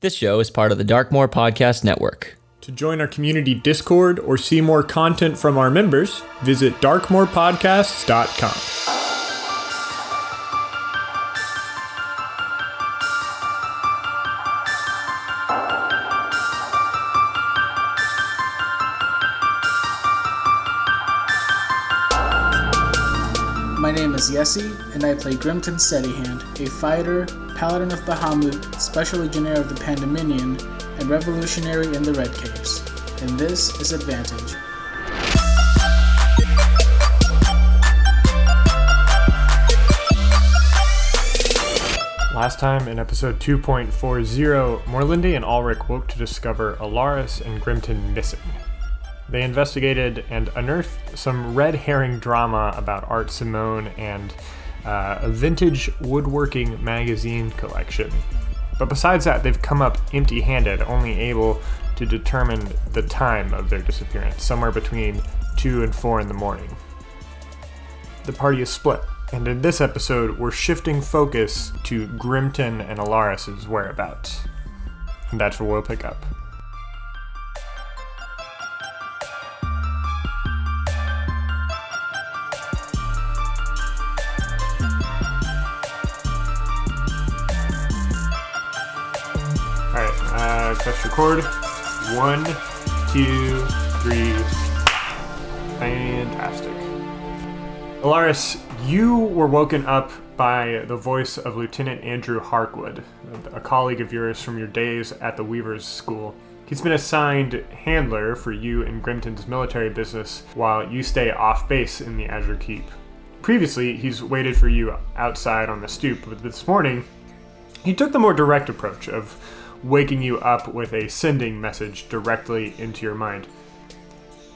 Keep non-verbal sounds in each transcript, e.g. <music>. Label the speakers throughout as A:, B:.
A: This show is part of the Darkmoor Podcast Network.
B: To join our community Discord or see more content from our members, visit darkmorepodcasts.com.
C: My name is Yessi, and I play Grimton Steadyhand, a fighter, paladin of Bahamut, special legionnaire of the Pandemonium, and revolutionary in the Red Caves. And this is Advantage.
B: Last time in episode 2.40, Morlinde and Ulrich woke to discover Alaris and Grimton missing. They investigated and unearthed some red herring drama about Art Simone and uh, a vintage woodworking magazine collection. But besides that, they've come up empty handed, only able to determine the time of their disappearance, somewhere between 2 and 4 in the morning the party is split. And in this episode, we're shifting focus to Grimton and Alaris' whereabouts. And that's where we'll pick up. Alright, uh, press record. One, two, three. Fantastic. Alaris, you were woken up by the voice of Lieutenant Andrew Harkwood, a colleague of yours from your days at the Weaver's School. He's been assigned handler for you in Grimton's military business while you stay off base in the Azure Keep. Previously, he's waited for you outside on the stoop, but this morning, he took the more direct approach of waking you up with a sending message directly into your mind.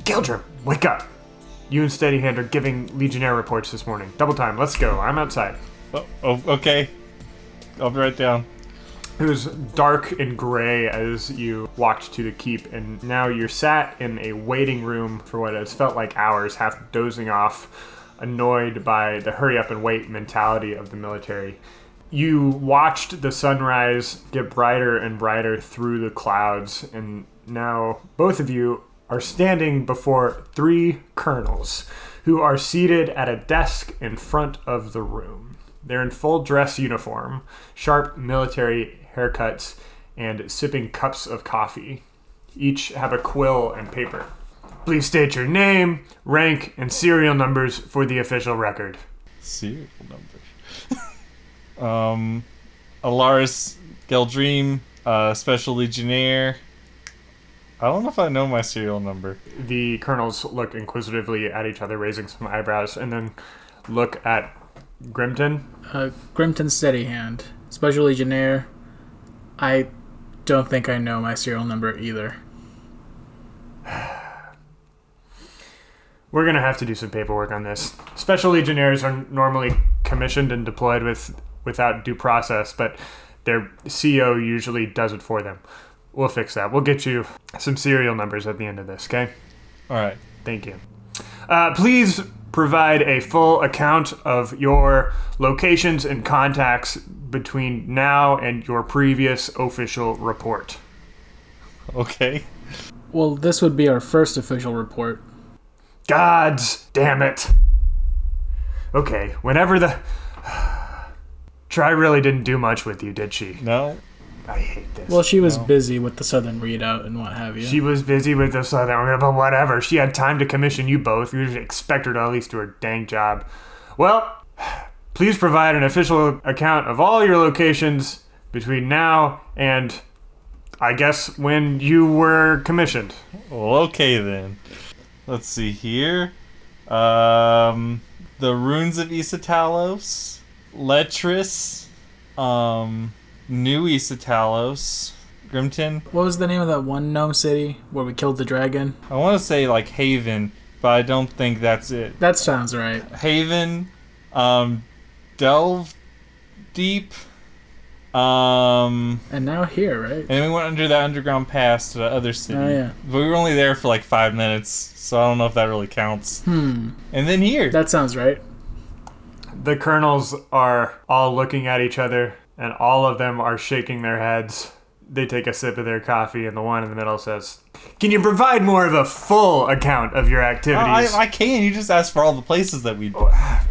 B: Geldrim, wake up! You and Steadyhand are giving Legionnaire reports this morning. Double time, let's go. I'm outside.
D: Oh, oh, okay. I'll be right down.
B: It was dark and gray as you walked to the keep, and now you're sat in a waiting room for what has felt like hours, half dozing off, annoyed by the hurry up and wait mentality of the military. You watched the sunrise get brighter and brighter through the clouds, and now both of you are standing before three colonels who are seated at a desk in front of the room. They're in full dress uniform, sharp military haircuts, and sipping cups of coffee. Each have a quill and paper. Please state your name, rank, and serial numbers for the official record.
D: Serial number. <laughs> um, Alaris Geldream, uh, Special Legionnaire. I don't know if I know my serial number.
B: The colonels look inquisitively at each other, raising some eyebrows, and then look at Grimton.
C: Uh, Grimton Steadyhand, special legionnaire. I don't think I know my serial number either.
B: We're gonna have to do some paperwork on this. Special legionnaires are normally commissioned and deployed with without due process, but their CO usually does it for them. We'll fix that. We'll get you some serial numbers at the end of this, okay?
D: All right.
B: Thank you. Uh, please provide a full account of your locations and contacts between now and your previous official report.
D: Okay.
C: Well, this would be our first official report.
B: Gods damn it. Okay, whenever the. <sighs> Try really didn't do much with you, did she?
D: No.
B: I hate this.
C: Well, she was busy with the Southern readout and what have you.
B: She was busy with this other, but whatever. She had time to commission you both. You should expect her to at least do her dang job. Well, <sighs> please provide an official account of all your locations between now and, I guess, when you were commissioned.
D: Well, okay then. Let's see here. Um, the runes of Isatalos, Letris, um, New Isatalos, Grimton.
C: What was the name of that one gnome city where we killed the dragon?
D: I want to say like Haven, but I don't think that's it.
C: That sounds right.
D: Haven, um, Delve Deep, um,
C: And now here, right?
D: and then we went under that underground pass to the other city.
C: Oh, yeah.
D: But we were only there for like five minutes, so I don't know if that really counts.
C: Hmm.
D: And then here.
C: That sounds right.
B: The colonels are all looking at each other, and all of them are shaking their heads. They take a sip of their coffee, and the one in the middle says, "Can you provide more of a full account of your
D: I,
B: activities?
D: I can. You just asked for all the places
B: <laughs>
D: that we.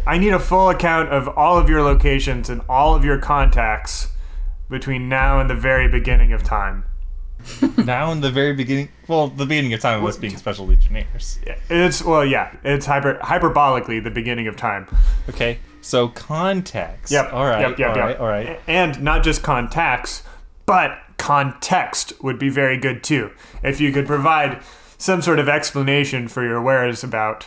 B: I need a full account of all of your locations and all of your contacts between now and the very beginning of time."
D: now in the very beginning. Well, the beginning of time was being special legionnaires.
B: It's well, yeah, it's hyper hyperbolically the beginning of time.
D: Okay. So contacts.
B: Yep.
D: All right.
B: Yep. Yep.
D: all
B: yep.
D: right. All right.
B: A- And not just contacts, but context would be very good too. If you could provide some sort of explanation for your where's about.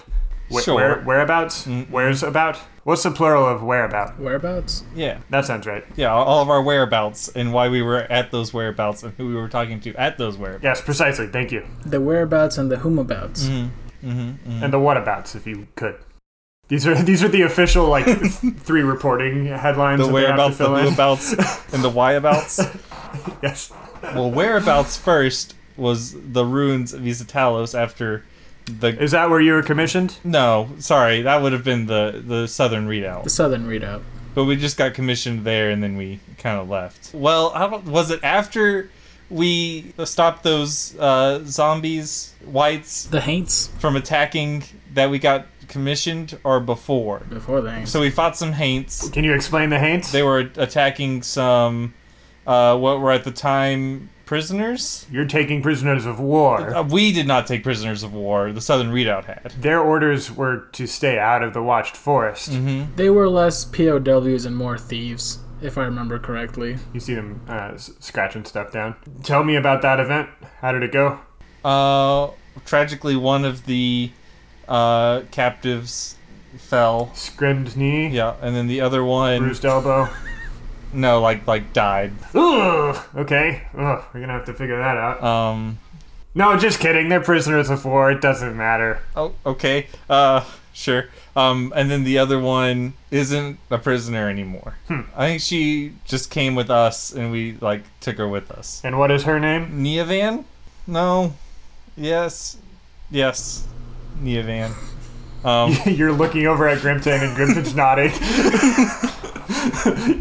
B: Wh-
D: Sure.
B: Where, whereabouts?
D: Mm-hmm.
B: Where's about? What's the plural of whereabout?
C: Whereabouts?
D: Yeah.
B: That sounds right.
D: Yeah. All of our whereabouts and why we were at those whereabouts and who we were talking to at those whereabouts.
B: Yes, precisely. Thank you.
C: The whereabouts and the whomabouts.
D: mm-hmm,
B: And the whatabouts, if you could. These are <laughs> these are the official
D: <laughs>
B: like th- three reporting headlines.
D: The
B: that they have to
D: whereabouts, the
B: fill in.
D: whoabouts, and the whyabouts.
B: Yes.
D: Well, whereabouts first was the ruins of Isatalos after the.
B: Is that where you were commissioned?
D: No, sorry, that would have been the the southern readout.
C: The southern readout.
D: But we just got commissioned there, and then we kind of left. Well, how about, was it after we stopped those uh, zombies, whites,
C: The Haints.
D: from attacking that we got commissioned, or before?
C: Before the Haints.
D: So we fought some haints.
B: Can you explain the Haints?
D: They were attacking some uh, what were at the time prisoners.
B: You're taking prisoners of war.
D: Uh, we did not take prisoners of war. The Southern Readout had.
B: Their orders were to stay out of the watched forest.
D: Mm-hmm.
C: They were less POWs and more thieves, if I remember correctly.
B: You see them uh, s- scratching stuff down. Tell me about that event. How did it go?
D: Uh, tragically, one of the uh, captives fell.
B: Scrimmed knee,
D: Yeah, and then the other one,
B: bruised elbow.
D: no, like like died.
B: Ugh. Okay. Ugh. We're gonna have to figure that out.
D: Um,
B: no, just kidding. They're prisoners of war. It doesn't matter.
D: oh, okay, uh, sure. Um, and then the other one isn't a prisoner anymore. I think she just came with us, and we like took her with us.
B: And what is her name? <laughs>
D: Neovan? No. Yes. Yes. Neovan.
B: <laughs>
D: Um,
B: You're looking over at Grimton, and Grimton's nodding. <laughs>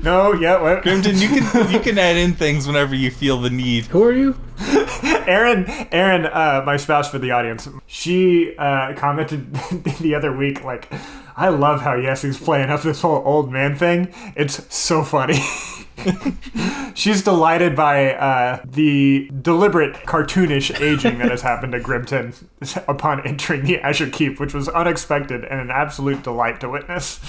B: no. Yeah. What?
D: Grimton, you can you can add in things whenever you feel the need.
C: Who are you?
B: Erin, Erin, uh, my spouse for the audience, she uh, commented <laughs> the other week, like, I love how Yessie's playing up this whole old man thing. It's so funny. <laughs> She's delighted by uh, the deliberate cartoonish aging that has happened to Grimton <laughs> upon entering the Azure Keep, which was unexpected and an absolute delight to witness.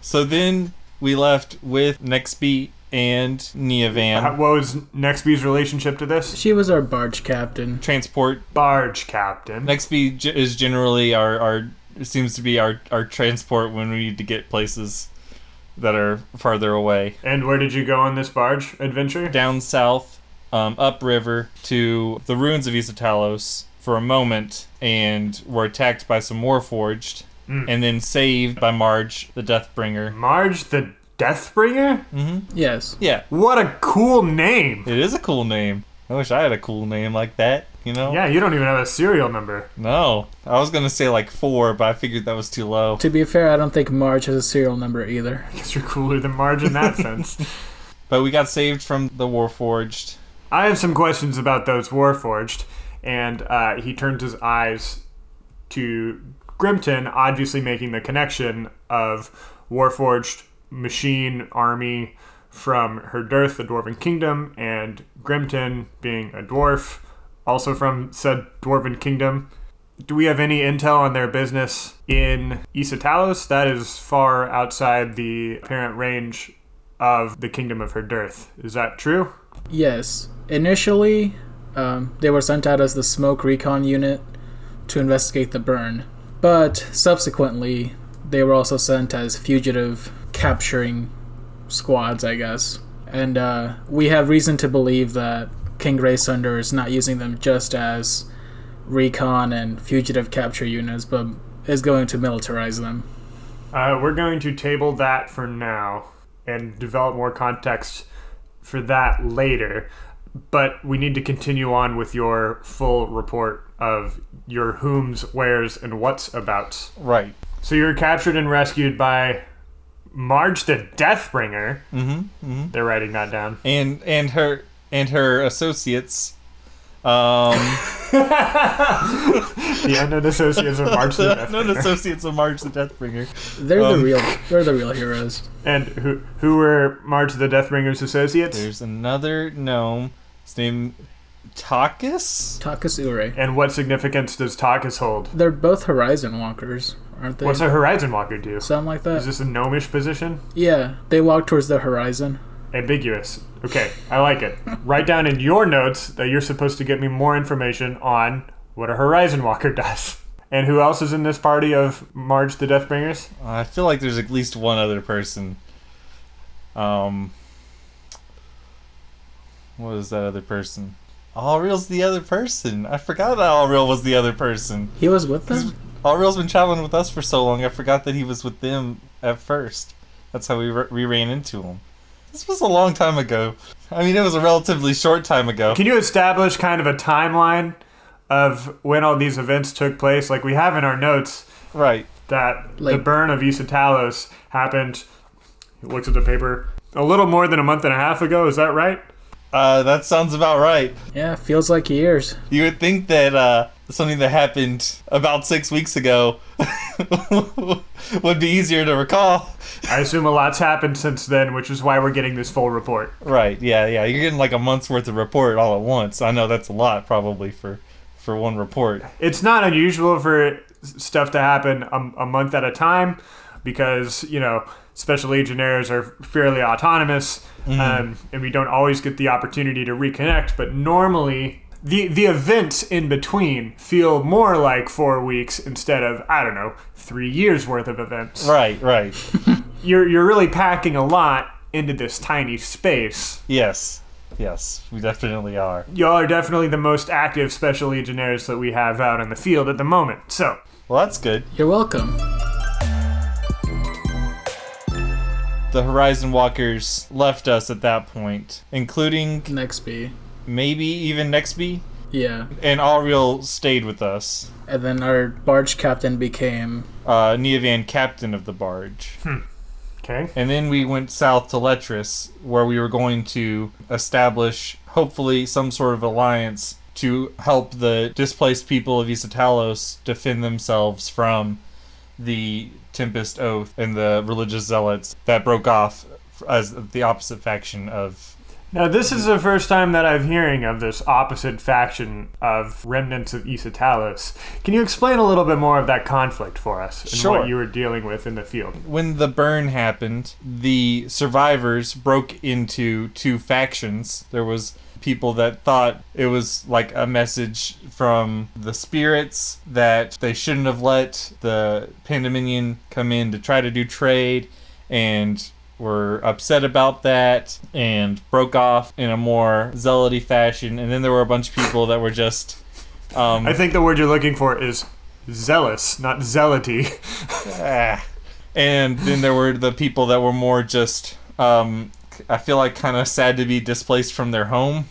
D: So then we left with Nextbeat and
B: Uh,
D: Neovan.
B: What was Nextby's relationship to this?
C: She was our barge captain.
D: Transport.
B: Barge captain.
D: Nextbeat ge- is generally our our seems to be our our transport when we need to get places that are farther away.
B: And where did you go on this barge adventure?
D: Down south, um, upriver to the ruins of Isatalos for a moment, and were attacked by some Warforged, and then saved by Marge, the Deathbringer.
B: Marge the Deathbringer?
C: Yes.
D: Yeah,
B: What a cool name!
D: It is a cool name. I wish I had a cool name like that, you know?
B: Yeah, you don't even have a serial number. <laughs>
D: No. I was gonna say like four, but I figured that was too low.
C: To be fair, I don't think Marge has a serial number either.
B: Because you're cooler than Marge in that sense.
D: But we got saved from the Warforged.
B: I have some questions about those Warforged, and uh, he turns his eyes to Grimton, obviously making the connection of Warforged machine army from Herdirth, the Dwarven Kingdom, and Grimton being a dwarf, also from said Dwarven Kingdom. Do we have any intel on their business in Isatalos? That is far outside the apparent range of the Kingdom of Herdirth. Is that true?
C: Yes. Initially, um, they were sent out as the smoke recon unit to investigate the burn, but subsequently, they were also sent as fugitive capturing squads, I guess. And uh, we have reason to believe that King Graysunder is not using them just as recon and fugitive capture units, but is going to militarize them.
B: Uh, we're going to table that for now and develop more context for that later. But we need to continue on with your full report of your whom's, where's, and what's abouts.
D: Right.
B: So you're captured and rescued by Marge the Deathbringer. Mm-hmm, They're writing that down.
D: And and her and her associates. Um, <laughs>
B: The unknown associates of March the Death.
D: known associates of March the Deathbringer.
C: They're
D: Um,
C: the real. They're the real heroes.
B: And who who were March the Deathbringer's associates?
D: There's another gnome. His name Takis.
C: Takasure.
B: And what significance does Takas hold?
C: They're both Horizon walkers, aren't they?
B: What's a Horizon Walker do?
C: Something like
B: Is
C: that.
B: this a gnomish position?
C: Yeah, they walk towards the horizon.
B: Ambiguous. Okay, I like it. Write down in your notes that you're supposed to get me more information on what a Horizon Walker <laughs> does. And who else is in this party of Marge the Deathbringers?
D: I feel like there's at least one other person. Um, what is that other person? Allreal's the other person. I forgot that Allreal was the other person.
C: He was with them.
D: Allreal's been traveling with us for so long. I forgot that he was with them at first. That's how we, r we ran into him. This was a long time ago. I mean, it was a relatively short time ago.
B: Can you establish kind of a timeline of when all these events took place? Like we have in our notes
D: Right.
B: that the
C: Like-
B: burn of Isatalos happened. He looks at the paper. A little more than a month and a half ago, is that right?
D: Uh, that sounds about right.
C: Yeah, feels like years.
D: You would think that uh, something that happened about six weeks ago <laughs> would be easier to recall.
B: I assume a lot's happened since then, which is why we're getting this full report.
D: Right? Yeah, yeah. You're getting like a month's worth of report all at once. I know that's a lot, probably for for one report.
B: It's not unusual for s- stuff to happen a, a month at a time because, you know, special legionnaires are fairly autonomous um, and we don't always get the opportunity to reconnect, but normally. The, the events in between feel more like four weeks instead of, I don't know, three years worth of events.
D: Right? Right?
B: you're you're really packing a lot into this tiny space.
D: yes. Yes. We definitely are.
B: Y'all are definitely the most active special legionnaires that we have out in the field at the moment. So,
D: Well, that's good.
C: You're welcome.
D: The Horizon Walkers left us at that point, including
C: Next B.
D: maybe even Nextby,
C: Yeah,
D: and Allreal stayed with us.
C: and then our barge captain became
D: Uh, Neovan, captain of the barge.
B: okay,
D: And then we went south to Letras, where we were going to establish, hopefully, some sort of alliance to help the displaced people of Isatalos defend themselves from the Tempest Oath and the religious zealots that broke off as the opposite faction of.
B: now this is the first time that I'm hearing of this opposite faction of remnants of Isatalis. Can you explain a little bit more of that conflict for us and
D: Sure.
B: what you were dealing with in the field?
D: When the burn happened, the survivors broke into two factions. There was people that thought it was like a message from the spirits that they shouldn't have let the Pandominion come in to try to do trade and were upset about that and broke off in a more zealoty fashion. And then there were a bunch of people that were just um,
B: I think the word you're looking for is zealous, not zealoty.
D: Ah. And then there were the people that were more just, um, I feel like kind of sad to be displaced from their home,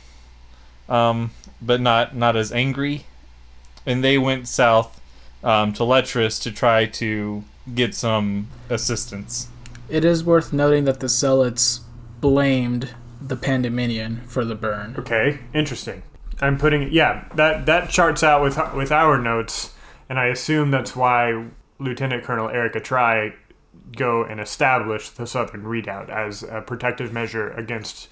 D: um, but not not as angry. And they went south um, to Letras to try to get some assistance.
C: It is worth noting that the zealots blamed the Pandominion for the burn.
B: <laughs> Okay, interesting. I'm putting yeah that that charts out with with our notes, and I assume that's why Lieutenant Colonel Erica Try go and establish the Southern Redoubt as a protective measure against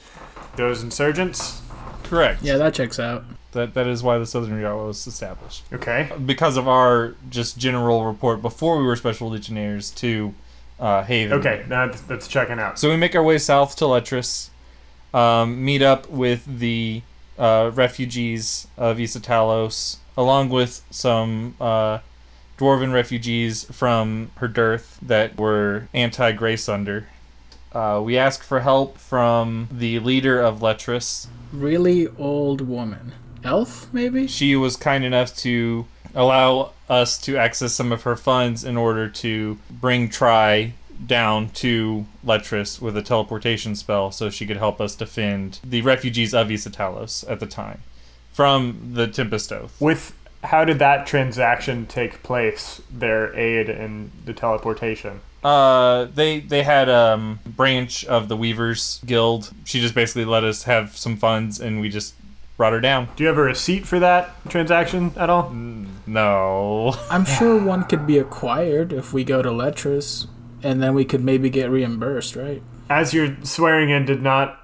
B: those insurgents.
D: Correct.
C: Yeah, that checks out.
D: That that is why the Southern Redoubt was established.
B: Okay,
D: because of our just general report before we were special legionnaires to uh, Haven.
B: okay, that's that's checking out.
D: So we make our way south to Letras, um, meet up with the uh, refugees of Isatalos, along with some uh, dwarven refugees from Herdirth that were anti Graysunder. Uh, we ask for help from the leader of Letras.
C: Really old woman. Elf, maybe?
D: She was kind enough to allow us to access some of her funds in order to bring Try down to Letris with a teleportation spell so she could help us defend the refugees of Isatalos at the time from the Tempest Oath.
B: With how did that transaction take place? Their aid in the teleportation.
D: Uh, they they had um branch of the Weavers Guild. She just basically let us have some funds, and we just brought her down.
B: Do you have a receipt for that transaction at all?
D: No, <laughs>
C: I'm sure one could be acquired if we go to Letras, and then we could maybe get reimbursed, right?
B: As you're swearing in, did not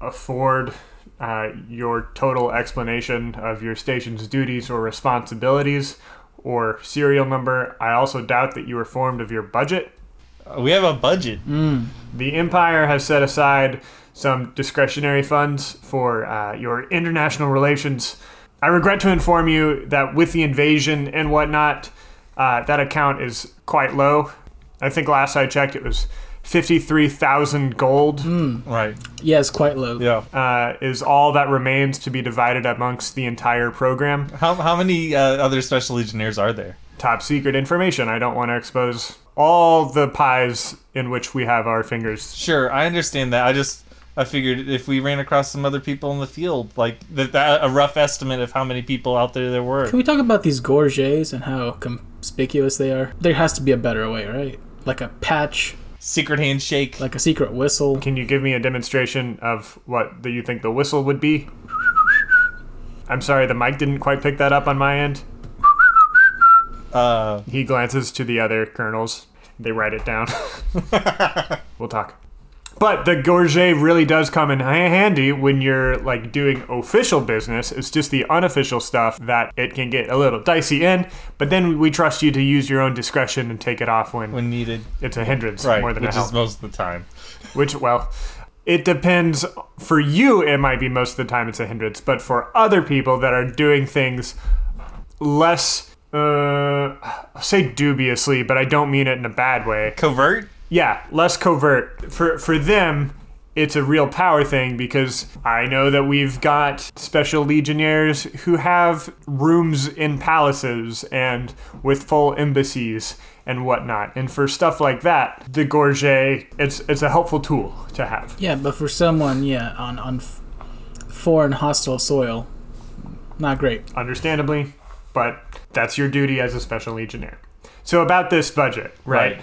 B: afford uh, your total explanation of your station's duties or responsibilities or serial number. I also doubt that you were informed of your budget.
D: we have a budget.
B: The Empire has set aside some discretionary funds for uh, your international relations. I regret to inform you that with the invasion and whatnot, uh, that account is quite low. I think last I checked, it was 53,000 gold
D: Right.
C: Yes, quite low.
D: Yeah.
B: uh, is all that remains to be divided amongst the entire program.
D: How how many uh, other special legionnaires are there?
B: Top secret information. I don't want to expose all the pies in which we have our fingers.
D: Sure, I understand that. I just I figured if we ran across some other people in the field, like that, that a rough estimate of how many people out there there were.
C: Can we talk about these gorgets and how conspicuous they are? There has to be a better way, right? Like a patch,
D: Secret handshake.
C: like a secret whistle.
B: Can you give me a demonstration of what the, you think the whistle would be? I'm sorry, the mic didn't quite pick that up on my end.
D: Uh,
B: He glances to the other colonels. They write it
D: <laughs>
B: down. we'll talk. But the gorget really does come in ha- handy when you're like doing official business. It's just the unofficial stuff that it can get a little dicey in. But then we trust you to use your own discretion and take it off when,
D: when needed,
B: it's a hindrance
D: right?
B: more than
D: which
B: a help.
D: is most of the time.
B: which, well, it depends. For you, it might be most of the time it's a hindrance. But for other people that are doing things less, uh, I'll say dubiously, but I don't mean it in a bad way
D: Covert.
B: yeah, less covert. For for them, it's a real power thing because I know that we've got special legionnaires who have rooms in palaces and with full embassies and whatnot. And for stuff like that, the gorget, it's it's a helpful tool to have.
C: Yeah, but for someone, yeah, on on f- foreign hostile soil, not great.
B: Understandably, but that's your duty as a special legionnaire. So about this budget, right?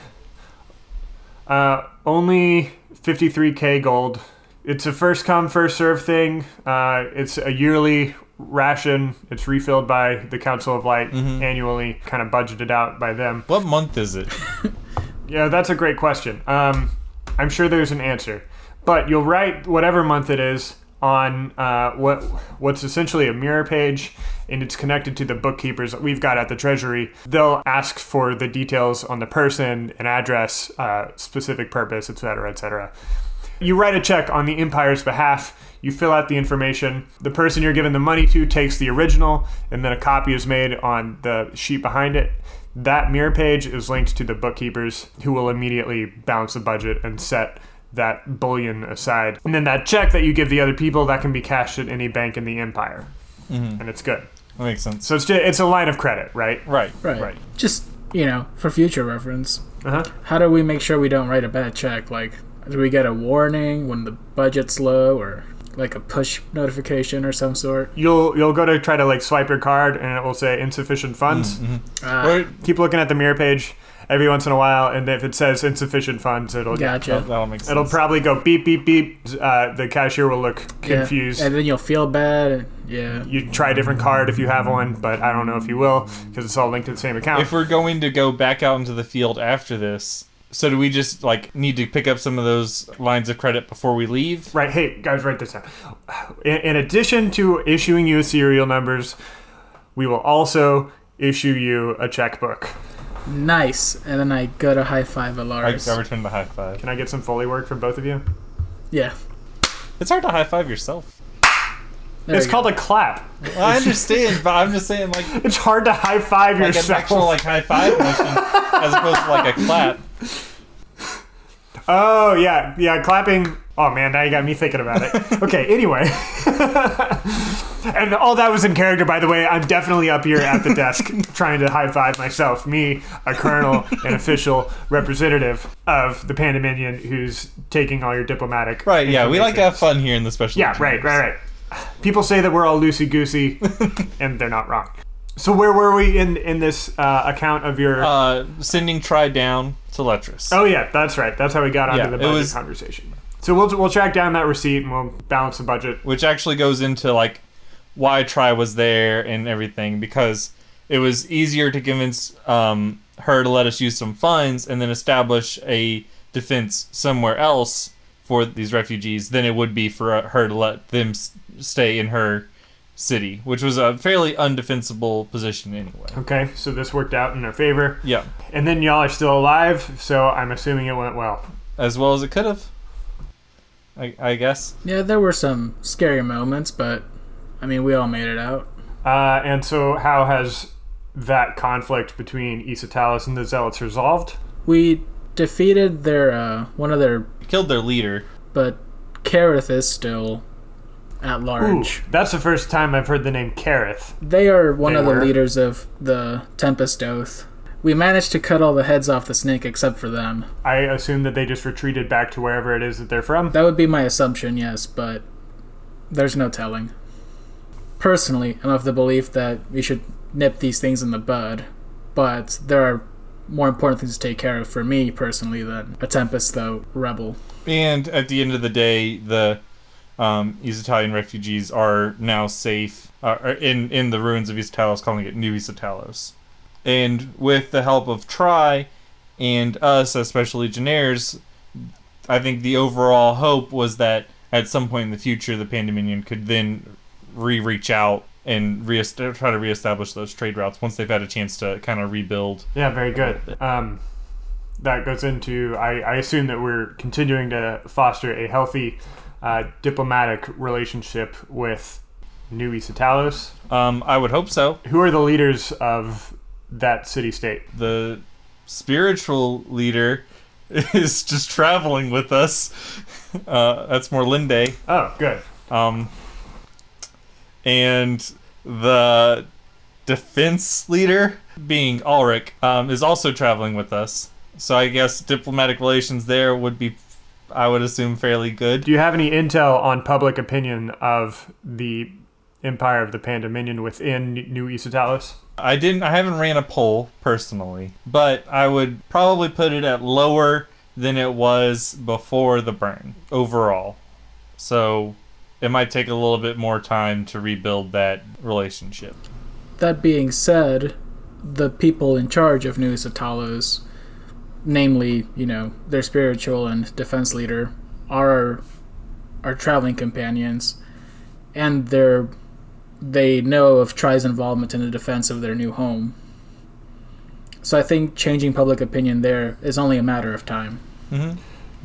B: Uh, only 53k gold. It's a first come, first serve thing. Uh, it's a yearly ration. It's refilled by the Council of Light annually, kind of budgeted out by them.
D: What month is it?
B: Yeah, that's a great question. Um, I'm sure there's an answer, but you'll write whatever month it is on uh, what what's essentially a mirror page, and it's connected to the bookkeepers that we've got at the treasury. They'll ask for the details on the person, an address, uh, specific purpose, etc., etc. You write a check on the Empire's behalf. You fill out the information. The person you're giving the money to takes the original, and then a copy is made on the sheet behind it. That mirror page is linked to the bookkeepers, who will immediately balance the budget and set that bullion aside. And then that check that you give the other people that can be cashed at any bank in the Empire, and it's good.
D: That makes sense.
B: So it's just, it's a line of credit, right?
D: Right.
C: Right.
B: Right.
C: Just you know, for future reference,
B: Uh-huh.
C: how do we make sure we don't write a bad check? Like, do we get a warning when the budget's low, or like a push notification or some sort?
B: You'll you'll go to try to like swipe your card, and it will say insufficient funds.
C: Uh,
B: keep looking at the mirror page every once in a while, and if it says insufficient funds, it'll
C: gotcha.
D: That'll make sense.
B: it'll probably go beep beep beep. Uh, the cashier will look
C: Yeah.
B: confused.
C: And then you'll feel bad. and- Yeah.
B: you try a different card if you have one, but I don't know if you will because it's all linked to the same account.
D: if we're going to go back out into the field after this, so do we just like need to pick up some of those lines of credit before we leave?
B: Right, hey guys, write this down. In, in addition to issuing you serial numbers, we will also issue you a checkbook.
C: Nice. And then I go to high five
D: I,
C: Alaris.
D: I return the high five.
B: Can I get some Foley work from both of you?
C: yeah.
D: It's hard to high five yourself.
C: There
B: it's
C: we go.
B: called a clap.
D: I understand, but I'm just saying like
B: It's hard to high five
D: like an
B: yourself.
D: actual like high five motion as opposed to like a clap.
B: Oh yeah, yeah, clapping. Oh man, now you got me thinking about
D: <laughs>
B: it. Okay, anyway. <laughs> and all that was in character, by the way. I'm definitely up here at the
D: <laughs>
B: desk trying to high five myself, me, a colonel, an official representative of the Pandominion who's taking all your diplomatic.
D: Right, yeah, we like
B: information.
D: to have fun here in the special. <laughs>
B: Yeah, right, right, right. People say that we're all loosey goosey, and they're not wrong. So where were we in in this uh, account of your?
D: Uh, sending Try down to Letrus.
B: oh yeah, that's right. That's how we got onto
D: Yeah,
B: the
D: it
B: budget
D: was-
B: conversation. So we'll we'll track down that receipt and we'll balance the budget.
D: which actually goes into like why Try was there and everything because it was easier to convince um, her to let us use some funds and then establish a defense somewhere else for these refugees than it would be for uh, her to let them s- stay in her city, which was a fairly undefensible position anyway.
B: Okay, so this worked out in our favor.
D: Yeah,
B: And then y'all are still alive, so I'm assuming it went well.
D: as well as it could have. I, I guess.
C: Yeah, there were some scary moments, but I mean, we all made it out.
B: Uh, and so how has that conflict between Isatalis and the Zealots resolved?
C: We defeated their uh, one of their,
D: Killed their leader.
C: but Kareth is still at
B: Ooh,
C: large.
B: that's the first time I've heard the name Kareth.
C: They are one
B: They
C: of the
B: were.
C: leaders of the Tempest Oath. We managed to cut all the heads off the snake except for them.
B: I assume that they just retreated back to wherever it is that they're from.
C: Um, That would be my assumption, yes, but there's no telling. Personally, I'm of the belief that we should nip these things in the bud, but there are more important things to take care of for me personally than a Tempest, though, rebel.
D: And at the end of the day, the um, East Italian refugees are now safe uh, are in in the ruins of East Talos, calling it New East Talos. And with the help of Try and us as special legionnaires, I think the overall hope was that at some point in the future, the Pandominion could then re-reach out and re- try to reestablish those trade routes once they've had a chance to kind of rebuild.
B: Yeah, very good. Um, that goes into I, I assume that we're continuing to foster a healthy uh, diplomatic relationship with New Isatalos.
D: Um, I would hope so.
B: Who are the leaders of that city state?
D: the spiritual leader <laughs> is just traveling with us. Uh, that's more Linde.
B: Oh, good.
D: Um, and the defense leader, being Ulrich, um, is also traveling with us. So I guess diplomatic relations there would be, I would assume, fairly good.
B: Do you have any intel on public opinion of the Empire of the Pandominion within New Isatalis?
D: I didn't. I haven't ran a poll personally, but I would probably put it at lower than it was before the burn overall. So it might take a little bit more time to rebuild that relationship.
C: That being said, the people in charge of New Satalos, namely, you know, their spiritual and defense leader, are our, our traveling companions, and they're they know of Tri's involvement in the defense of their new home. So I think changing public opinion there is only a matter of time.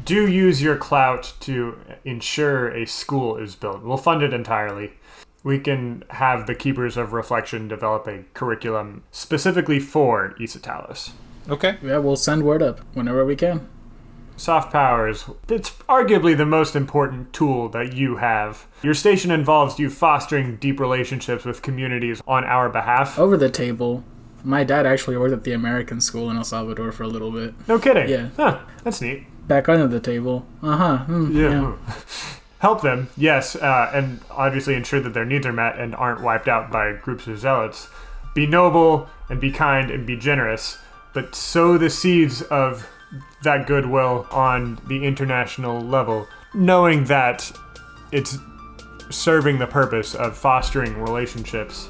B: Do use your clout to ensure a school is built. We'll fund it entirely. We can have the Keepers of Reflection develop a curriculum specifically for Isatalis.
D: Okay.
C: Yeah, we'll send word up whenever we can.
B: Soft powers, it's arguably the most important tool that you have. Your station involves you fostering deep relationships with communities on our behalf.
C: Over the table, my dad actually worked at the American school in El Salvador for a little bit.
B: No kidding.
C: Yeah.
B: Huh, that's neat.
C: Back under the table. Uh huh.
B: Yeah. Help them, yes, uh, and obviously ensure that their needs are met and aren't wiped out by groups of zealots. Be noble and be kind and be generous, but sow the seeds of that goodwill on the international level, knowing that it's serving the purpose of fostering relationships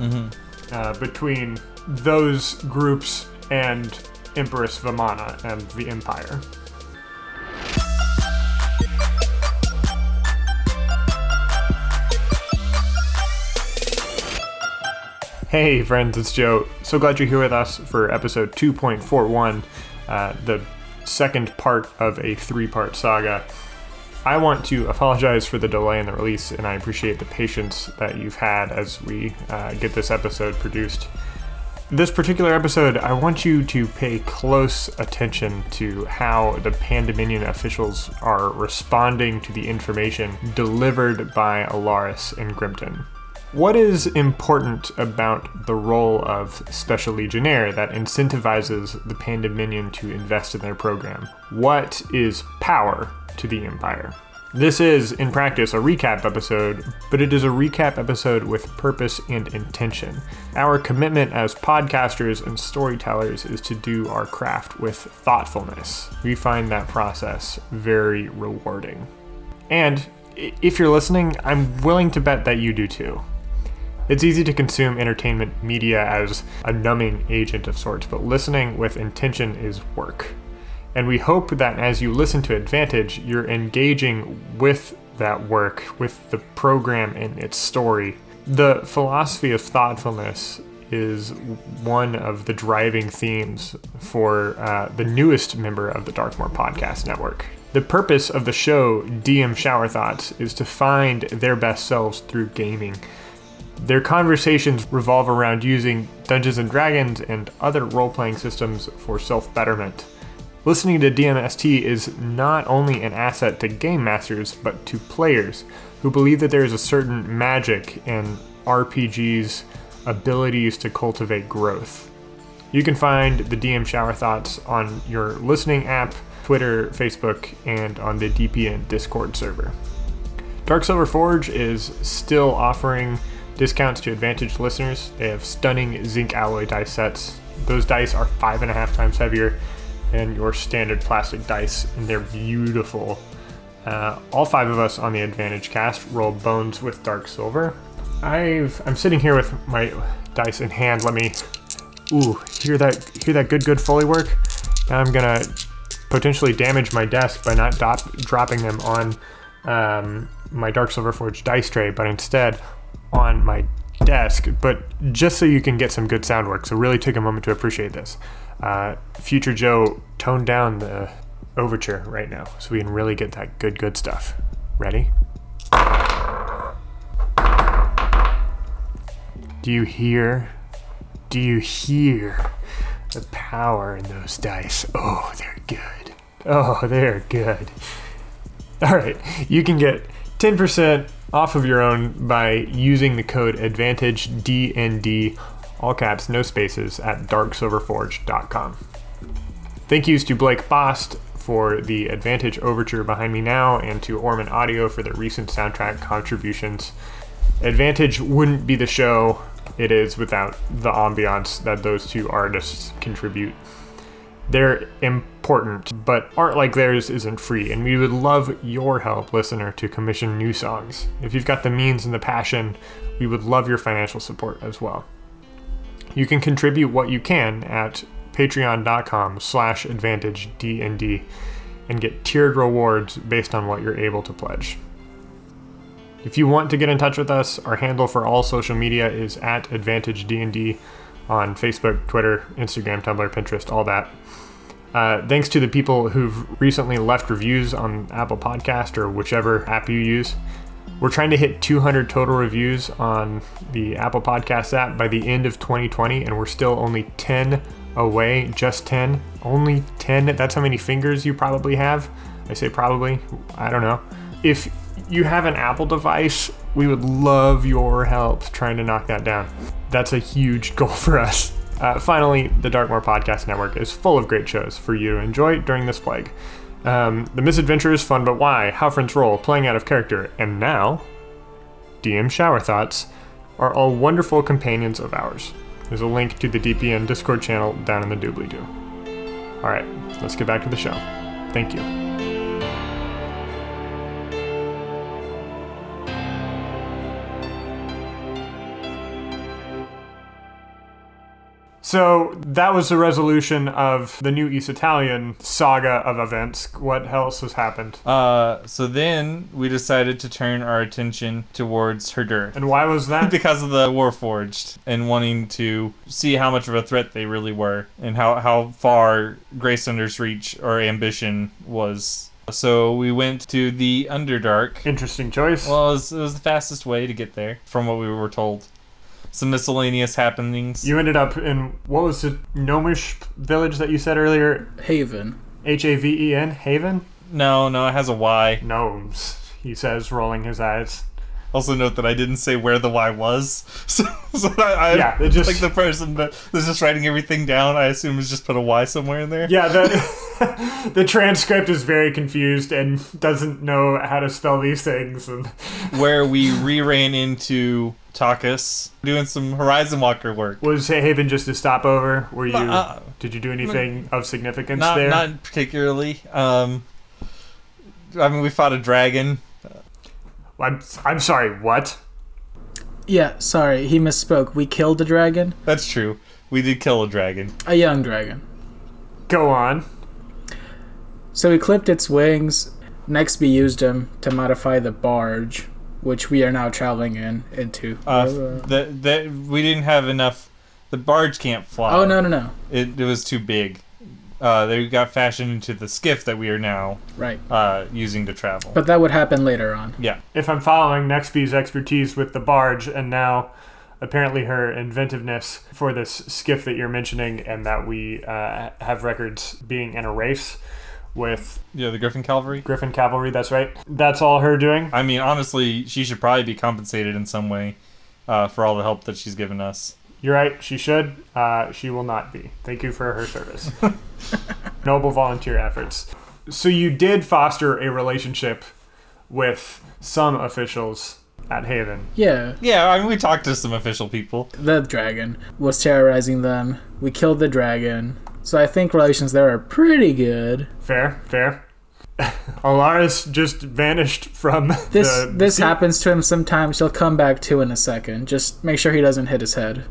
B: uh, between those groups and Empress Vimana and the Empire. Hey, friends, it's Joe. So glad you're here with us for episode 2.41, uh, the second part of a three part saga. I want to apologize for the delay in the release, and I appreciate the patience that you've had as we uh, get this episode produced. This particular episode, I want you to pay close attention to how the Pandominion officials are responding to the information delivered by Alaris and Grimton. What is important about the role of Special Legionnaire that incentivizes the Pandominion to invest in their program? What is power to the Empire? This is, in practice, a recap episode, but it is a recap episode with purpose and intention. Our commitment as podcasters and storytellers is to do our craft with thoughtfulness. We find that process very rewarding. And i- if you're listening, I'm willing to bet that you do too. It's easy to consume entertainment media as a numbing agent of sorts, but listening with intention is work. And we hope that as you listen to Advantage, you're engaging with that work, with the program and its story. The philosophy of thoughtfulness is one of the driving themes for uh, the newest member of the Darkmoor Podcast Network. The purpose of the show, DM Shower Thoughts, is to find their best selves through gaming. Their conversations revolve around using Dungeons and Dragons and other role playing systems for self betterment. Listening to DMST is not only an asset to game masters, but to players who believe that there is a certain magic in RPG's abilities to cultivate growth. You can find the DM Shower Thoughts on your listening app, Twitter, Facebook, and on the DPN Discord server. Dark Silver Forge is still offering discounts to advantage listeners. They have stunning zinc alloy die sets. Those dice are five and a half times heavier than your standard plastic dice, and they're beautiful. Uh, all five of us on the Advantage cast roll bones with dark silver. I've I'm sitting here with my dice in hand. Let me, ooh, hear that hear that good good foley work. Now I'm gonna potentially damage my desk by not dop- dropping them on um, my Dark Silver Forge dice tray, but instead on my desk. But just so you can get some good sound work, so really take a moment to appreciate this. Uh, Future Joe, tone down the overture right now so we can really get that good, good stuff. Ready? Do you hear? Do you hear the power in those dice? Oh, they're good. Oh, they're good. All right, you can get 10% off of your own by using the code advantage DND, all caps, no spaces, at darksilverforge.com. Thank yous to Blake Bost for the Advantage Overture behind me now, and to Orman Audio for their recent soundtrack contributions. Advantage wouldn't be the show it is without the ambiance that those two artists contribute they're important, but art like theirs isn't free, and we would love your help, listener, to commission new songs. If you've got the means and the passion, we would love your financial support as well. You can contribute what you can at patreon.com slash advantage DND and get tiered rewards based on what you're able to pledge. If you want to get in touch with us, our handle for all social media is at Advantage DND on Facebook, Twitter, Instagram, Tumblr, Pinterest, all that. Uh, thanks to the people who've recently left reviews on Apple Podcast or whichever app you use. We're trying to hit 200 total reviews on the Apple Podcast app by the end of 2020, and we're still only 10 away, just 10. Only 10. That's how many fingers you probably have. I say probably, I don't know. If you have an Apple device, we would love your help trying to knock that down. That's a huge <laughs> goal for us. Uh, finally, the Darkmoor Podcast Network is full of great shows for you to enjoy during this plague. Um, the Misadventure is fun, but why? How Friends Roll, Playing Out of Character, and now DM Shower Thoughts are all wonderful companions of ours. There's a link to the DPN Discord channel down in the doobly doo. All right, let's get back to the show. Thank you. So that was the resolution of the new East Italian saga of events. What else has happened?
D: Uh, so then we decided to turn our attention towards Herdur.
B: And why was <laughs> that?
D: <laughs> because of the Warforged and wanting to see how much of a threat they really were and how, how far Grace Under's reach or ambition was. So we went to the Underdark.
B: Interesting choice.
D: Well, it was, it was the fastest way to get there, from what we were told. Some miscellaneous happenings.
B: you ended up in what was the gnomish village that you said earlier?
C: Haven.
B: H A V E N Haven.
D: no, no, it has a Y.
B: Gnomes. He says, rolling his eyes.
D: Also note that I didn't say where the Y was. <laughs> So, so I, I
B: Yeah, it just-
D: like the person that is just writing everything down. I assume has just put a Y somewhere in there.
B: Yeah, the <laughs> the transcript is very confused and doesn't know how to spell these things. And
D: Where we re ran into Takas doing some Horizon Walker work.
B: was Haven just a stopover? Were you?
D: Uh, mm,
B: did you do anything of significance
D: not
B: there?
D: not particularly. Um, I mean, we fought a dragon.
B: I'm I'm sorry. What?
C: Yeah, sorry, he misspoke. We killed a dragon,
D: That's true. We did kill a dragon.
C: a young dragon.
B: Go on.
C: So he clipped its wings. Next, we used him to modify the barge, which we are now traveling in into.
D: Uh, that that we didn't have enough. The barge can't fly.
C: oh no no no!
D: It, it was too big. Uh, they got fashioned into the skiff that we are now
C: Right,
D: uh, using to travel.
C: but that would happen later on.
D: yeah,
B: If I'm following Nextby's expertise with the barge and now apparently her inventiveness for this skiff that you're mentioning and that we uh, have records being in a race with
D: yeah, the Griffin Cavalry.
B: Griffin Cavalry, that's right. That's all her doing.
D: I mean, honestly, she should probably be compensated in some way uh, for all the help that she's given us.
B: You're right. She should. Uh, she will not be. Thank you for her
C: <laughs>
B: service. Noble volunteer efforts. So you did foster a relationship with some officials at Haven.
C: Yeah,
D: Yeah, I mean, we talked to some official people.
C: the dragon was terrorizing them. We killed the dragon. So I think relations there are pretty good.
B: Fair, fair. <laughs> Alaris just vanished from <laughs>
C: This
B: the
C: this happens to him sometimes. He'll come back to in a second. Just make sure he doesn't hit his head.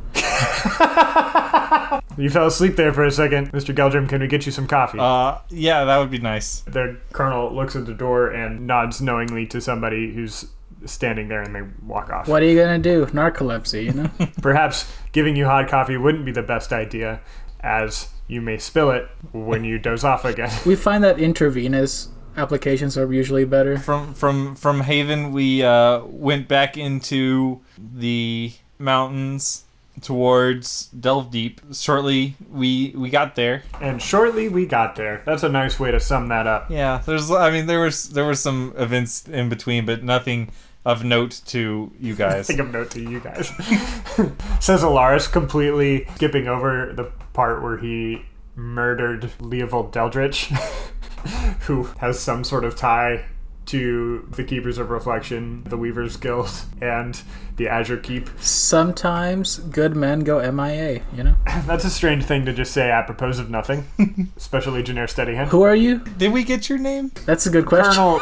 B: You fell asleep there for a second, Mr. Geldrim. Can we get you some coffee?
D: Uh, yeah, that would be nice.
B: the colonel looks at the door and nods knowingly to somebody who's standing there, and they walk off.
C: What are you gonna do? Narcolepsy, you know?
B: Perhaps giving you hot coffee wouldn't be the best idea, as you may spill it when you doze off again. <laughs>
C: we find that intravenous applications are usually better.
D: From from from Haven, we uh, went back into the mountains towards Delve Deep. Shortly, we we got there.
B: and shortly we got there. That's a nice way to sum that up.
D: Yeah, there's. I mean, there was there were some events in between, but nothing of note to <laughs> you guys.
B: Think of note to you guys. <laughs> Says Alaris, completely skipping over the part where he murdered Leovold Deldrich, <laughs> who has some sort of tie to the Keepers of Reflection, the Weavers Guild, and the Azure Keep.
C: Sometimes good men go MIA, you know?
B: That's a strange thing to just say apropos of nothing, especially Jenner Steadyhand.
C: Who are you?
D: Did we get your name?
C: That's a good question. <laughs>
B: Colonel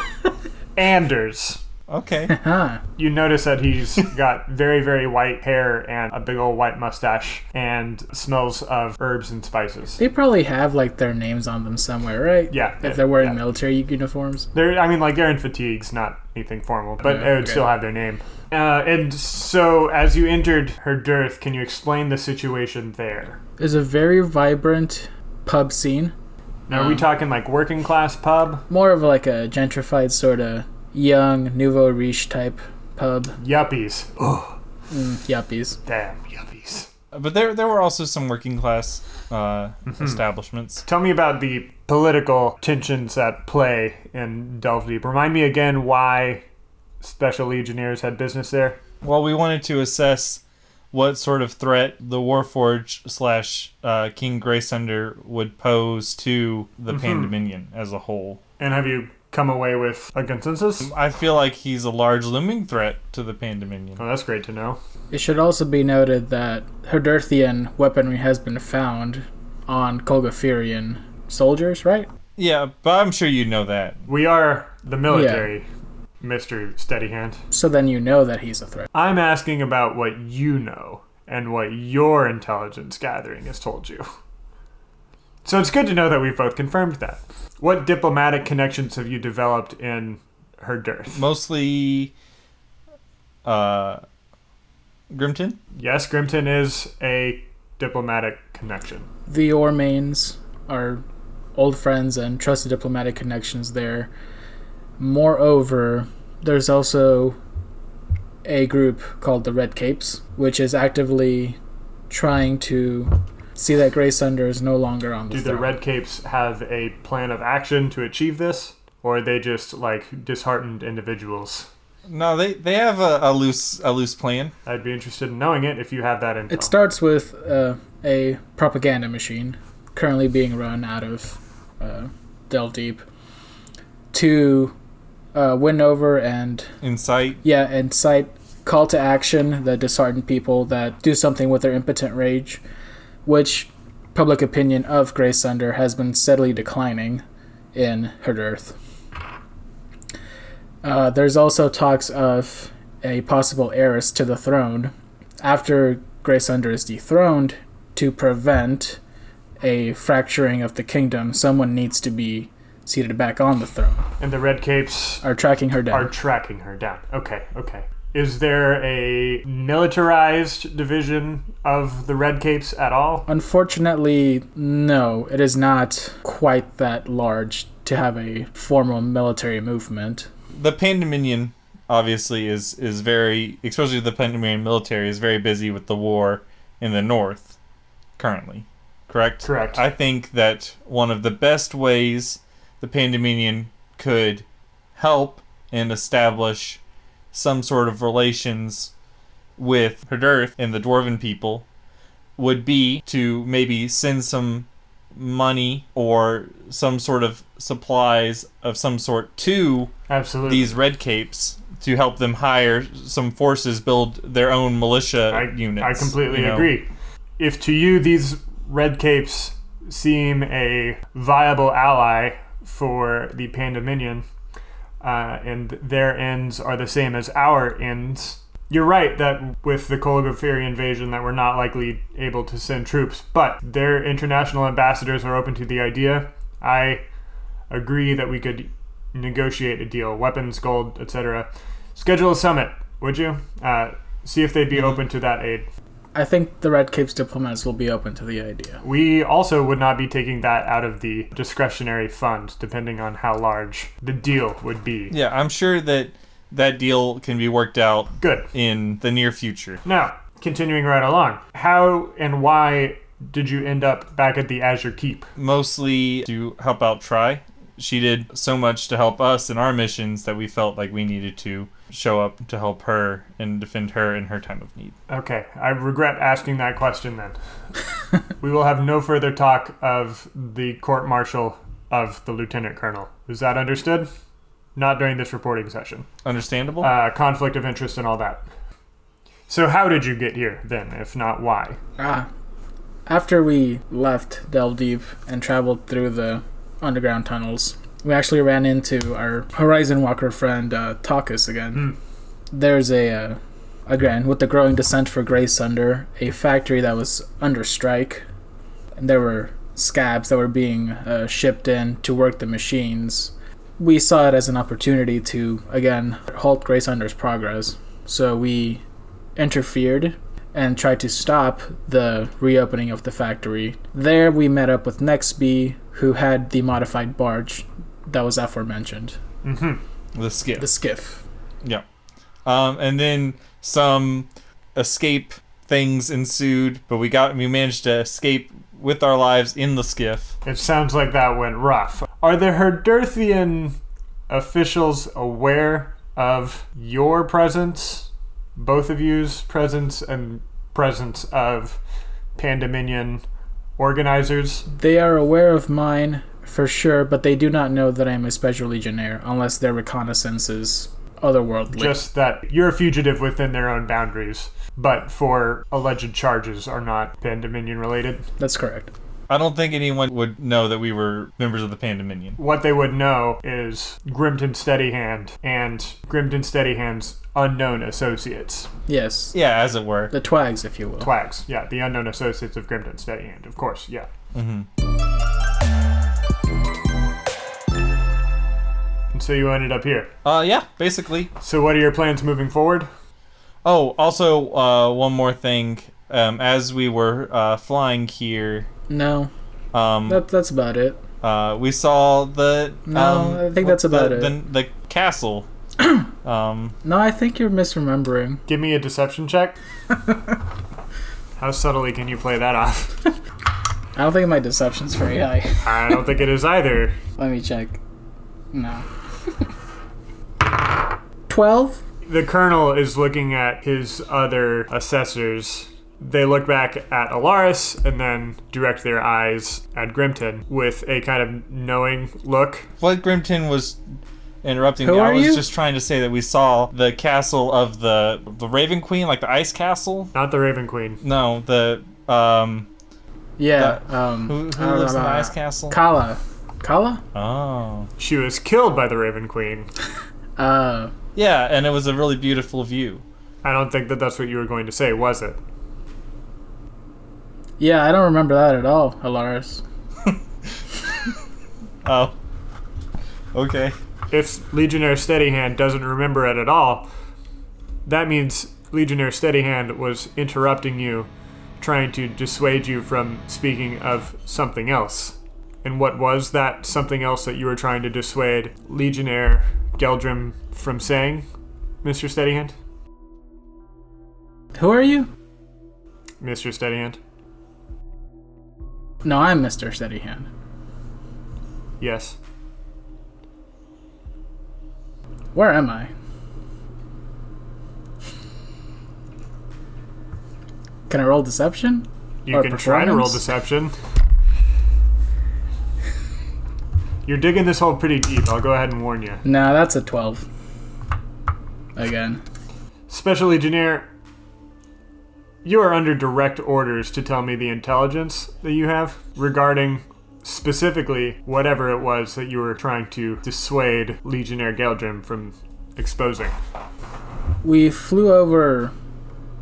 B: Anders.
D: <laughs> Okay.
C: Huh.
B: You notice that
C: <laughs>
B: he's got very, very white hair and a big old white mustache and smells of herbs and spices.
C: They probably have like their names on them somewhere, right?
B: Yeah, yeah,
C: If they're wearing
B: yeah.
C: military uniforms.
B: They're, I mean, like, they're in fatigues, not anything formal, but
C: Yeah,
B: it would
C: okay.
B: still have their name. Uh, and so, as you entered her dearth, can you explain the situation there?
C: There's a very vibrant pub scene.
B: Now, are
C: Um,
B: we talking like working class pub?
C: More of like a gentrified sort of young nouveau riche type pub.
B: Yuppies. Oh,
C: Yuppies.
B: damn, yuppies.
D: But there there were also some working class uh, establishments.
B: Tell me about the political tensions at play in Delve Deep. Remind me again why Special Legionnaires had business there.
D: Well, we wanted to assess what sort of threat the Warforge slash uh, King Graysunder would pose to the Pandominion as a whole.
B: And have you come away with a consensus?
D: I feel like he's a large looming threat to the Pandominion.
B: Oh, that's great to know.
C: It should also be noted that Herdirthian weaponry has been found on Kolgafirian soldiers, right?
D: Yeah, but I'm sure you know that.
B: We are the military, Mr. Steadyhand.
C: So then you know that he's a threat.
B: I'm asking about what you know and what your intelligence gathering has told you. So it's good to know that we've both confirmed that. What diplomatic connections have you developed in her dearth?
D: Mostly, uh, Grimton.
B: Yes, Grimton is a diplomatic connection.
C: The Ormains are old friends and trusted diplomatic connections there. Moreover, there's also a group called the Red Capes, which is actively trying to see that Grey Sunder is no longer on the
B: Do the
C: throne.
B: Red Capes have a plan of action to achieve this? Or are they just like disheartened individuals
D: No, they they have a, a loose a loose plan.
B: I'd be interested in knowing it if you have that info.
C: It starts with uh, a propaganda machine currently being run out of uh, Del Deep to uh, win over and
D: Insight.
C: yeah and cite call to action that dishearten people that do something with their impotent rage, which public opinion of Grey Sunder has been steadily declining in Herd Earth. Uh, there's also talks of a possible heiress to the throne after Grey Sunder is dethroned to prevent a fracturing of the kingdom. Someone needs to be seated back on the throne.
B: and the red capes
C: Are tracking her down.
B: are tracking her down. Okay, okay. Is there a militarized division of the red capes at all?
C: Unfortunately, no, it is not quite that large to have a formal military movement.
D: The Pandominion obviously is is very especially the Pandominion military is very busy with the war in the north currently. Correct?
B: Correct.
D: I think that one of the best ways the Pandominion could help and establish some sort of relations with Hurdirth and the Dwarven people would be to maybe send some money or some sort of supplies of some sort to
B: Absolutely.
D: these red capes to help them hire some forces, build their own militia
B: I,
D: units.
B: I completely
D: you know?
B: agree. If to you these red capes seem a viable ally for the Pandominion, uh, and their ends are the same as our ends, you're right that with the Kolgafiri invasion that we're not likely able to send troops, but their international ambassadors are open to the idea. I agree that we could negotiate a deal, weapons, gold, etc. Schedule a summit, would you? Uh, see if they'd be open to that aid.
C: I think the Red Cape's diplomats will be open to the idea.
B: We also would not be taking that out of the discretionary fund, depending on how large the deal would be.
D: Yeah, I'm sure that that deal can be worked out
B: Good.
D: in the near future.
B: Now, continuing right along, how and why did you end up back at the Azure Keep?
D: Mostly to help out Try. She did so much to help us in our missions that we felt like we needed to show up to help her and defend her in her time of need.
B: Okay, I regret asking that question then. we will have no further talk of the court martial of the lieutenant colonel. Is that understood? Not during this reporting session.
D: Understandable?
B: Uh, conflict of interest and all that. So, how did you get here then, if not why?
C: Ah. After we left Del Deep and traveled through the underground tunnels, we actually ran into our Horizon Walker friend uh, Takus again. There's a, uh, again, with the growing dissent for Grey Sunder, a factory that was under strike, and there were scabs that were being uh, shipped in to work the machines. We saw it as an opportunity to, again, halt Grey Sunder's progress. So we interfered and tried to stop the reopening of the factory. There, we met up with Nextby, who had the modified barge that was aforementioned,
D: the skip.
C: the skiff.
D: Yeah. Um, and then some escape things ensued, but we got we managed to escape with our lives in the skiff.
B: It sounds like that went rough. Are the Herdirthian officials aware of your presence, both of you's presence, and presence of Pandominion organizers?
C: They are aware of mine for sure, but they do not know that I am a special legionnaire unless their reconnaissance is otherworldly.
B: Just that you're a fugitive within their own boundaries, but for alleged charges are not Pandominion related.
C: That's correct.
D: I don't think anyone would know that we were members of the Pandominion.
B: What they would know is Grimton Steadyhand and Grimton Steadyhand's unknown associates.
C: Yes.
D: Yeah, as it were.
C: The twags, if you will.
B: Twags, yeah, the unknown associates of Grimton Steadyhand, of course, yeah. And so you ended up here.
D: Uh, yeah, basically.
B: So what are your plans moving forward?
D: Oh, also uh, one more thing. Um, as we were uh, flying here,
C: no,
D: um,
C: that, that's about it.
D: uh, we saw the
C: No,
D: um,
C: I think
D: what-
C: that's about
D: the,
C: it.
D: The, the
C: <clears throat>
D: castle. um,
C: No, I think you're misremembering.
B: Give me a deception check. How subtly can you play that off?
C: I don't think my deception's very high. <laughs>
B: I don't think it is either.
C: <laughs> Let me check. No. 12?
B: the colonel is looking at his other assessors. They look back at Alaris and then direct their eyes at Grimton with a kind of knowing look.
D: Flood Grimton was interrupting
C: Who
D: me. I
C: are
D: was
C: you?
D: just trying to say that we saw the castle of the the Raven Queen, like the ice castle.
B: Not the Raven Queen.
D: No, the um.
C: Yeah. um,
D: Who, who
C: uh,
D: lives in the
C: uh,
D: ice castle?
C: Kala. Kala?
D: oh,
B: She was killed by the Raven Queen.
C: Uh,
D: yeah, and it was a really beautiful view.
B: I don't think that that's what you were going to say, was it?
C: yeah, I don't remember that at all, Alaris.
D: Oh, okay.
B: If Legionnaire Steadyhand doesn't remember it at all, that means Legionnaire Steadyhand was interrupting you, trying to dissuade you from speaking of something else. And what was that something else that you were trying to dissuade Legionnaire Geldrim from saying, Mr. Steadyhand?
C: Who are you?
B: Mr. Steadyhand?
C: No, I'm Mr. Steadyhand.
B: Yes.
C: Where am I? Can I roll deception?
B: You
C: Our
B: can try to roll
C: performance?
B: deception. You're digging this hole pretty deep, I'll go ahead and warn you.
C: No, that's a 12. Again.
B: Special Legionnaire, you are under direct orders to tell me the intelligence that you have regarding specifically whatever it was that you were trying to dissuade Legionnaire Geldrim from exposing.
C: We flew over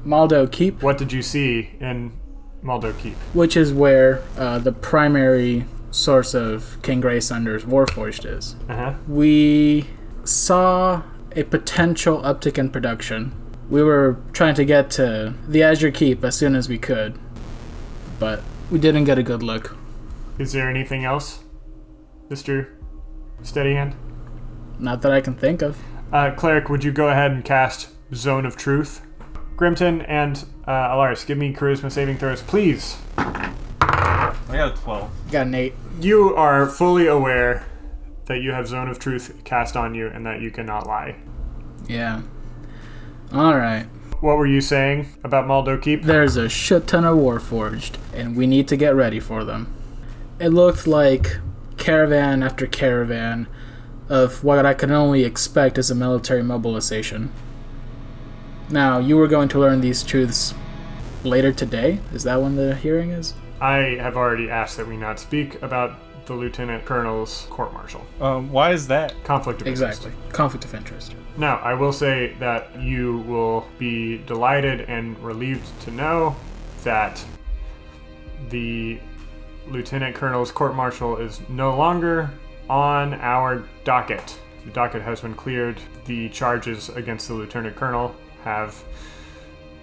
C: Maldo Keep,
B: What did you see in Maldo Keep?
C: which is where uh, the primary source of King Greysunder's Warforged is.
B: Uh-huh.
C: we saw a potential uptick in production. We were trying to get to the Azure Keep as soon as we could, but we didn't get a good look.
B: Is there anything else, Mr. Steadyhand?
C: Not that I can think of.
B: Uh, Cleric, would you go ahead and cast Zone of Truth? Grimton and uh, Alaris, give me charisma saving throws, please.
D: I got a twelve.
C: Got an eight.
B: You are fully aware that you have Zone of Truth cast on you and that you cannot lie.
C: Yeah. All right.
B: What were you saying about Maldo Keep?
C: There's a shit ton of Warforged, and we need to get ready for them. It looked like caravan after caravan of what I can only expect is a military mobilization. Now, you were going to learn these truths later today? Is that when the hearing is?
B: I have already asked that we not speak about the Lieutenant Colonel's court martial.
D: Um, why is that?
B: Conflict of interest.
C: Exactly. Conflict of interest.
B: Now, I will say that you will be delighted and relieved to know that the Lieutenant Colonel's court martial is no longer on our docket. The docket has been cleared. The charges against the Lieutenant Colonel have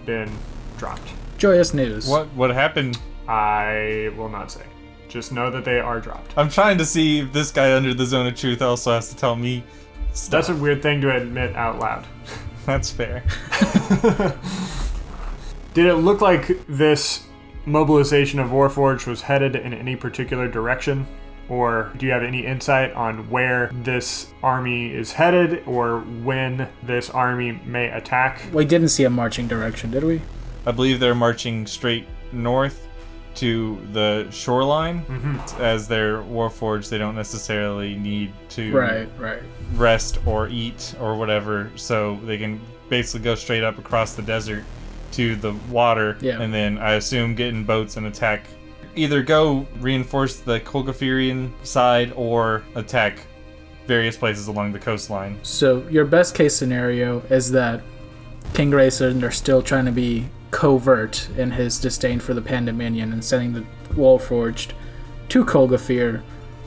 B: been dropped.
C: Joyous news.
D: What what happened?
B: I will not say. Just know that they are dropped.
D: I'm trying to see if this guy under the zone of truth also has to tell me.
B: That's a weird thing to admit out loud.
D: That's fair.
B: Did it look like this mobilization of Warforged was headed in any particular direction? Or do you have any insight on where this army is headed or when this army may attack?
C: We didn't see a marching direction, did we?
D: I believe they're marching straight north to the shoreline.
C: Mm-hmm.
D: As they're warforged, they don't necessarily need to
C: Right, right.
D: rest or eat or whatever, so they can basically go straight up across the desert to the water,
C: Yeah.
D: and then I assume get in boats and attack. Either go reinforce the Kolgafirian side or attack various places along the coastline.
C: So your best case scenario is that King Grayson are still trying to be covert in his disdain for the Pandemonium and sending the Wallforged to Kolgafir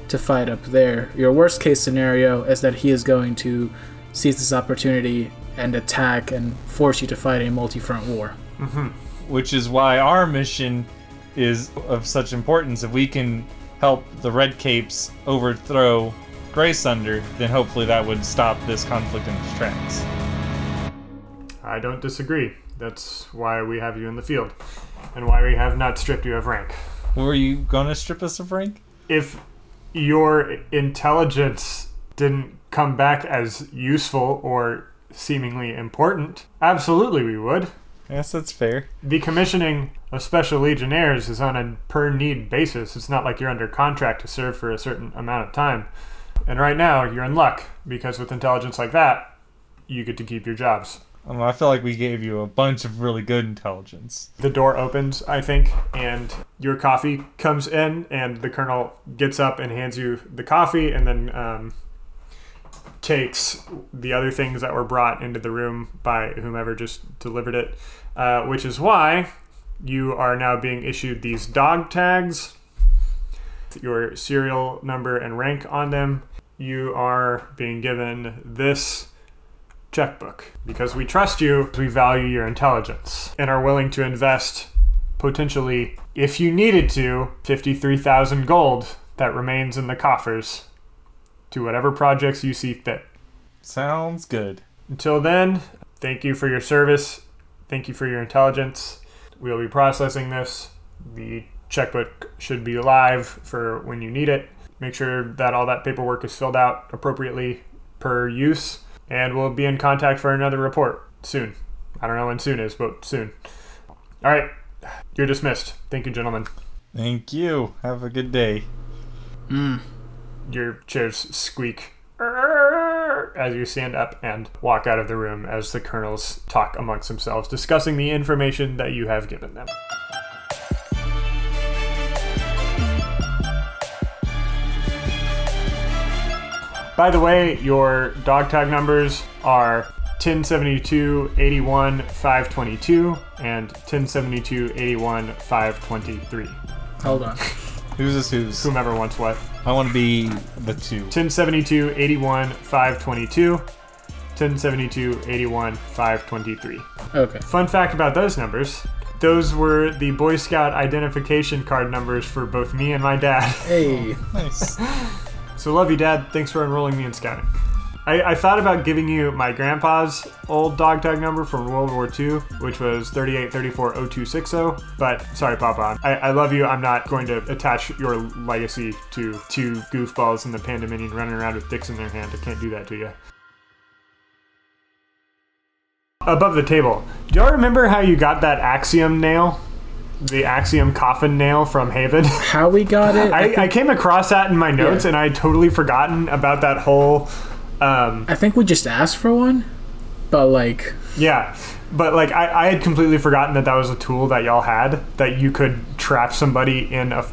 C: to fight up there. Your worst case scenario is that he is going to seize this opportunity and attack and force you to fight a multi-front war.
D: which is why our mission is of such importance. If we can help the Red Capes overthrow Graysunder, then hopefully that would stop this conflict in its tracks.
B: I don't disagree. That's why we have you in the field and why we have not stripped you of rank.
D: Were you gonna strip us of rank?
B: If your intelligence didn't come back as useful or seemingly important. Absolutely, we would.
D: Yes, that's fair.
B: The commissioning of special legionnaires is on a per need basis. It's not like you're under contract to serve for a certain amount of time. And right now, you're in luck because with intelligence like that, you get to keep your jobs.
D: I, don't know, I feel like we gave you a bunch of really good intelligence.
B: The door opens, I think, and your coffee comes in, and the colonel gets up and hands you the coffee, and then um, takes the other things that were brought into the room by whomever just delivered it, uh, which is why you are now being issued these dog tags, your serial number and rank on them. You are being given this checkbook because we trust you, we value your intelligence, and are willing to invest potentially, if you needed to, 53,000 gold that remains in the coffers to whatever projects you see fit.
D: Sounds good.
B: Until then, thank you for your service. Thank you for your intelligence. We'll be processing this. The checkbook should be live for when you need it. Make sure that all that paperwork is filled out appropriately per use, and we'll be in contact for another report soon. I don't know when soon is, but soon. All right, you're dismissed. Thank you, gentlemen.
D: Thank you. Have a good day.
B: your chairs squeak as you stand up and walk out of the room as the colonels talk amongst themselves, discussing the information that you have given them. By the way, your dog tag numbers are 1072 81 522 and 1072 81 523.
C: Hold on.
D: Who's is who's?
B: Whomever wants what.
D: I want to be the two.
B: 1072 81 522 1072 81 523
C: Okay.
B: fun fact about those numbers those were the boy scout identification card numbers for both me and my dad <laughs>
C: Hey.
D: Nice.
B: so love you dad thanks for enrolling me in scouting I, I thought about giving you my grandpa's old dog tag number from World War II, which was 38340260. But sorry, Papa. I, I love you. I'm not going to attach your legacy to two goofballs in the Pandominion running around with dicks in their hand. I can't do that to you. Above the table, do y'all remember how you got that Axiom nail? The Axiom coffin nail from Haven? <laughs>
C: How we got it? I,
B: I, I came across that in my notes
C: Yeah.
B: and I had totally forgotten about that whole um
C: think we just asked for one, but like,
B: yeah but like I, I had completely forgotten that that was a tool that y'all had that you could trap somebody in a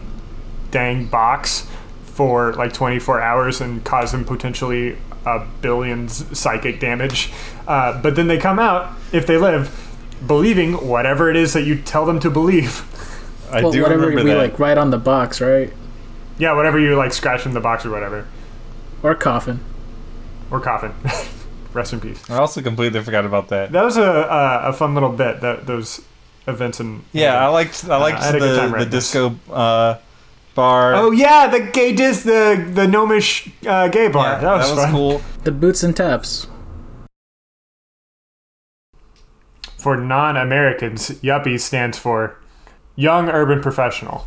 B: dang box for like 24 hours and cause them potentially a billions psychic damage uh, but then they come out if they live believing whatever it is that you tell them to believe <laughs>
D: I
C: well,
D: do
C: whatever
D: remember
C: we
D: that.
C: like write on the box, right?
B: yeah whatever you like scratch in the box or whatever
C: Or coffin.
B: or coffin <laughs> rest in peace
D: I also completely forgot about that.
B: That was a uh, a fun little bit. That those events and
D: Yeah, I liked I liked
B: I had a
D: the,
B: good time
D: the
B: writing this.
D: disco uh, bar.
B: Oh yeah, the gay dis the the gnomish uh, gay bar.
D: Yeah,
B: that was, fun. <laughs>
D: cool.
C: The boots and taps.
B: For non-Americans, yuppie stands for young urban professional.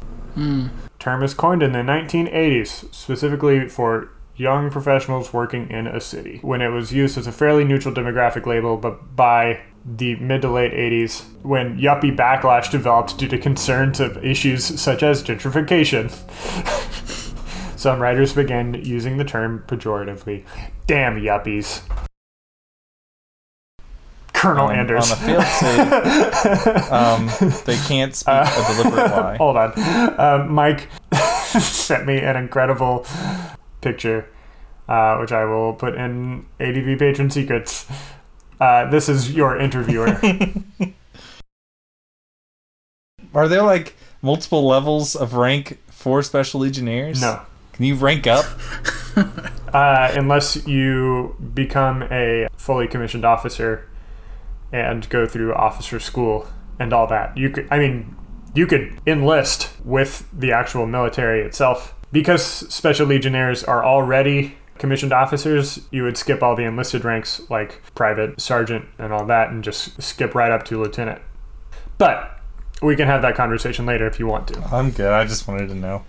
B: Term is coined in the 1980s specifically for young professionals working in a city. When it was used as a fairly neutral demographic label, but by the mid to late 80s, when yuppie backlash developed due to concerns of issues such as gentrification. <laughs> Some writers began using the term pejoratively. Damn yuppies. Colonel
D: Um, On, on a
B: Anders.
D: field
B: <laughs>
D: save, um, they can't speak
B: Uh,
D: a deliberate lie.
B: Hold on. Um, Mike <laughs> sent me an incredible picture, uh, which I will put in ADV Patron Secrets. Uh, this is your interviewer.
D: Are there like multiple levels of rank for special legionnaires?
B: no.
D: Can you rank up?
B: Uh, unless you become a fully commissioned officer and go through officer school and all that. You could, I mean, you could enlist with the actual military itself. Because special legionnaires are already commissioned officers, you would skip all the enlisted ranks like private, sergeant, and all that, and just skip right up to lieutenant. But we can have that conversation later if you want to.
D: I'm good. I just wanted to know.